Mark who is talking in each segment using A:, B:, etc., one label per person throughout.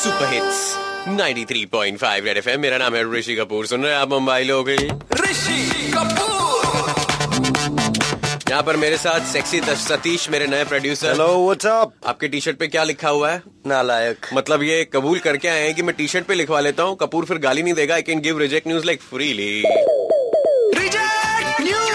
A: Super hits 93.5 red FM मेरा नाम है ऋषि कपूर सुन रहे हैं आप मुंबई लोग
B: ऋषि कपूर
A: यहाँ पर मेरे साथ सेक्सी सतीश मेरे नए प्रोड्यूसर
C: हेलो व्हाट्स अप
A: आपके टी शर्ट पे क्या लिखा हुआ है
C: नालायक
A: मतलब ये कबूल करके आए हैं कि मैं टी शर्ट पे लिखवा लेता हूँ कपूर फिर गाली नहीं देगा I can give reject news like freely
B: reject news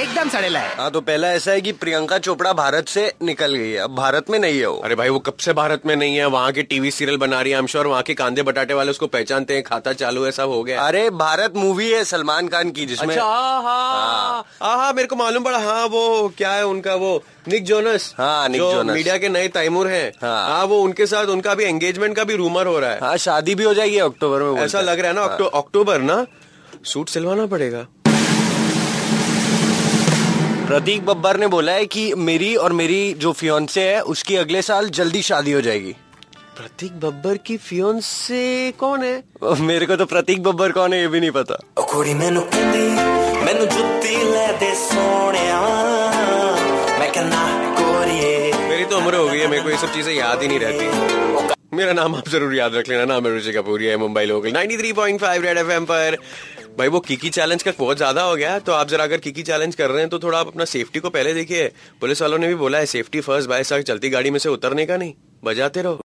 D: एकदम सड़ेला है
C: हाँ तो पहला ऐसा है कि प्रियंका चोपड़ा भारत से निकल गई है अब भारत में नहीं है वो
A: अरे भाई वो कब से भारत में नहीं है वहाँ के टीवी सीरियल बना रही है आई श्योर वहाँ के कांदे बटाटे वाले उसको पहचानते हैं खाता चालू है सब हो गया
C: अरे भारत मूवी है सलमान खान की जिसमें
A: अच्छा हाँ हाँ मेरे को मालूम पड़ा हाँ वो क्या है उनका वो निक जोनस
C: हाँ, निक
A: जो
C: जोनस।
A: मीडिया के नए तैमूर हैं
C: हाँ।
A: हाँ वो उनके साथ उनका भी एंगेजमेंट का भी रूमर हो रहा है
C: हाँ शादी भी हो जाएगी अक्टूबर में बोलते
A: ऐसा
C: हैं।
A: लग रहा है ना अक्टो- अक्टूबर ना सूट सिलवाना पड़ेगा
C: प्रतीक बब्बर ने बोला है कि मेरी और मेरी जो फियोन्से है उसकी अगले साल जल्दी शादी हो जाएगी
A: प्रतीक बब्बर की फियोन से कौन है
C: मेरे को तो प्रतीक बब्बर कौन है ये भी नहीं पता
E: ਉਹ ਕੁੜੀ ਮੈਨੂੰ ਕਹਿੰਦੀ ਮੈਨੂੰ ਜੁੱਤੀ ਲੈ ਦੇ ਸੋਹਣਿਆ ਮੈਂ ਕਹਿੰਦਾ ਕੋਰੀਏ
A: मेरी तो उम्र हो गई है मेरे को ये सब चीजें याद ही नहीं रहती मेरा नाम आप जरूर याद रख लेना नाम है रुचि कपूर ये है मुंबई लोकल 93.5 रेड एफएम पर भाई वो किकी चैलेंज का बहुत ज्यादा हो गया है, तो आप जरा अगर किकी चैलेंज कर रहे हैं तो थोड़ा आप अपना सेफ्टी को पहले देखिए पुलिस वालों ने भी बोला है सेफ्टी फर्स्ट बाय सर चलती गाड़ी में से उतरने का नहीं बजाते रहो